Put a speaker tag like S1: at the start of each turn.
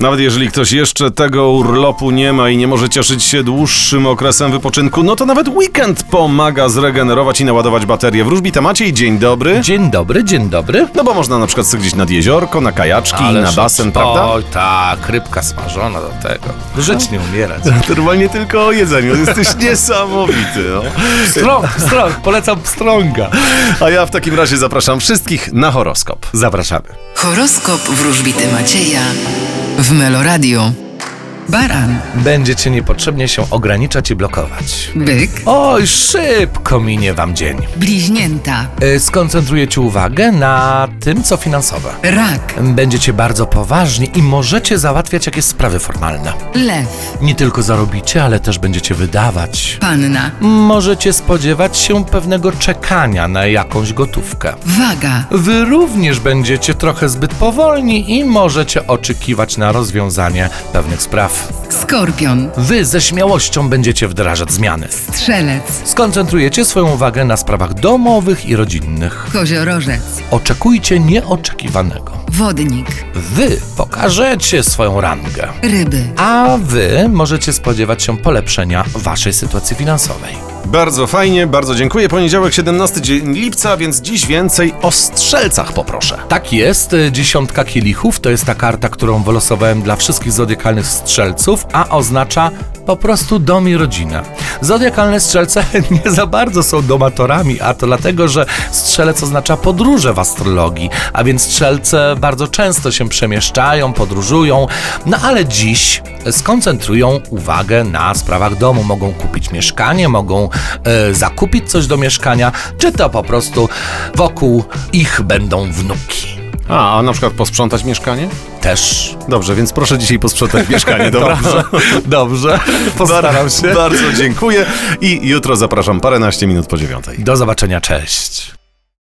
S1: Nawet jeżeli ktoś jeszcze tego urlopu nie ma i nie może cieszyć się dłuższym okresem wypoczynku, no to nawet weekend pomaga zregenerować i naładować baterie. Wróżbita Maciej, dzień dobry.
S2: Dzień dobry, dzień dobry.
S1: No bo można na przykład sobie gdzieś nad jeziorko, na kajaczki, na basen, prawda?
S2: Oj, tak, rybka smażona do tego. Grzecznie umierać.
S1: Normalnie tylko o jedzeniu, jesteś niesamowity. No.
S2: Strąg, strąg, polecam pstrąga.
S1: A ja w takim razie zapraszam wszystkich na horoskop.
S2: Zapraszamy.
S3: Horoskop wróżbity Macieja w Meloradio. Baran,
S2: Będziecie niepotrzebnie się ograniczać i blokować.
S3: byk,
S2: Oj, szybko minie wam dzień.
S3: bliźnięta,
S2: Y, Skoncentrujecie uwagę na tym, co finansowe.
S3: rak,
S2: Będziecie bardzo poważni i możecie załatwiać jakieś sprawy formalne.
S3: lew,
S2: Nie tylko zarobicie, ale też będziecie wydawać.
S3: panna,
S2: Możecie spodziewać się pewnego czekania na jakąś gotówkę.
S3: waga,
S2: Wy również będziecie trochę zbyt powolni i możecie oczekiwać na rozwiązanie pewnych spraw.
S3: skorpion,
S2: Wy ze śmiałością będziecie wdrażać zmiany.
S3: strzelec,
S2: Skoncentrujecie swoją uwagę na sprawach domowych i rodzinnych.
S3: koziorożec,
S2: Oczekujcie nieoczekiwanego.
S3: wodnik,
S2: Wy pokażecie swoją rangę.
S3: ryby.
S2: A wy możecie spodziewać się polepszenia waszej sytuacji finansowej.
S1: Bardzo fajnie, bardzo dziękuję. Poniedziałek 17 dzień lipca, więc dziś więcej o strzelcach poproszę.
S2: Tak jest, y, dziesiątka kielichów to jest ta karta, którą wylosowałem dla wszystkich zodiakalnych strzelców, a oznacza po prostu dom i rodzina. Zodiakalne strzelce nie za bardzo są domatorami, a to dlatego, że strzelec oznacza podróże w astrologii, a więc strzelce bardzo często się przemieszczają, podróżują, no ale dziś skoncentrują uwagę na sprawach domu. Mogą kupić mieszkanie, mogą e, zakupić coś do mieszkania, czy to po prostu wokół ich będą wnuki.
S1: A, a na przykład posprzątać mieszkanie?
S2: Też.
S1: Dobrze, więc proszę dzisiaj posprzątać mieszkanie, dobra?
S2: Dobrze. Postaram się.
S1: Bardzo dziękuję i jutro zapraszam paręnaście minut po dziewiątej.
S2: Do zobaczenia, cześć.